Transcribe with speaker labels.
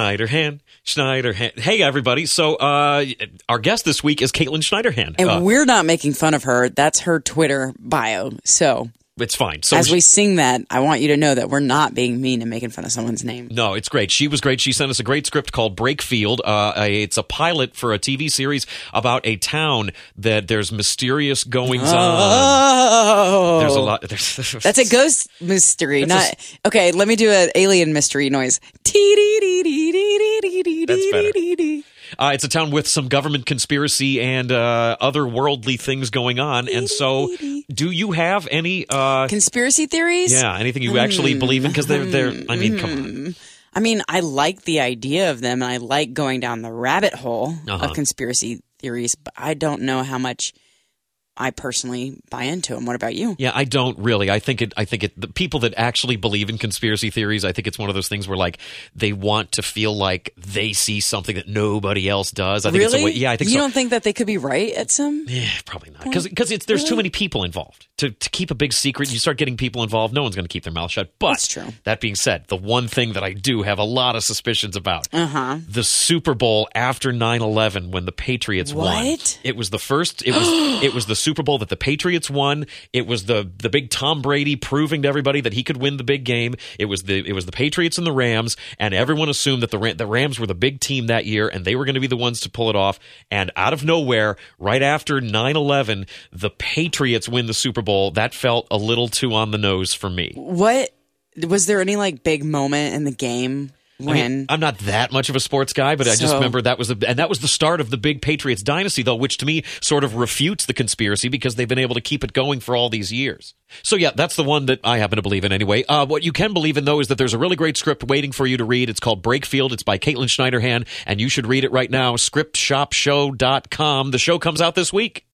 Speaker 1: Schneiderhan. Schneiderhan. Hey, everybody. So, uh, our guest this week is Caitlin Schneiderhan.
Speaker 2: And
Speaker 1: Uh,
Speaker 2: we're not making fun of her. That's her Twitter bio. So
Speaker 1: it's fine. So,
Speaker 2: as we sing that, I want you to know that we're not being mean and making fun of someone's name.
Speaker 1: No, it's great. She was great. She sent us a great script called Breakfield. Uh, a- it's a pilot for a TV series about a town that there's mysterious goings on.
Speaker 2: Oh,
Speaker 1: There's a lot. There's,
Speaker 2: That's a ghost mystery. Not okay. Let me do an alien mystery noise.
Speaker 1: That's
Speaker 2: That's
Speaker 1: better. Uh, it's a town with some government conspiracy and uh, otherworldly things going on. And so, do you have any? Uh,
Speaker 2: Conspiracy theories.
Speaker 1: yeah, anything you actually believe in? Because they're they're. I mean, come on.
Speaker 2: I mean, I like the idea of them, and I like going down the rabbit hole
Speaker 1: Uh-huh.
Speaker 2: of conspiracy theories. But I don't know how much I personally buy into them. What about you?
Speaker 1: Yeah, I don't really. I think it. I think it. The people that actually believe in conspiracy theories, I think it's one of those things where like they want to feel like they see something that nobody else does. I think
Speaker 2: really?
Speaker 1: it's a way. Yeah, I think
Speaker 2: you
Speaker 1: so.
Speaker 2: don't think that they could be right at some.
Speaker 1: Eh, probably not because it's there's too many people involved to, to keep a big secret. You start getting people involved, no one's going to keep their mouth shut. But
Speaker 2: That's true.
Speaker 1: that being said, the one thing that I do have a lot of suspicions about
Speaker 2: Uh huh.
Speaker 1: the Super Bowl after 9/11 when the Patriots won.
Speaker 2: What?
Speaker 1: It was the first it was it was the Super Bowl that the Patriots won. It was the the big Tom Brady proving to everybody that he could win the big game. It was the it was the Patriots and the Rams and everyone assumed that the Ra- the Rams were the big team that year and they were going to be the ones to pull it off and out of nowhere right after 9/11 the Patriots win the Super Bowl. That felt a little too on the nose for me.
Speaker 2: What was there any like big moment in the game when?
Speaker 1: I mean, I'm not that much of a sports guy, but I just
Speaker 2: So-
Speaker 1: remember that was the and that was the start of the big Patriots dynasty, though, which to me sort of refutes the conspiracy because they've been able to keep it going for all these years. So yeah, that's the one that I happen to believe in anyway. Uh, what you can believe in though is that there's a really great script waiting for you to read. It's called Breakfield. It's by Caitlin Schneiderhan, and you should read it right now. Scriptshopshow.com. The show comes out this week.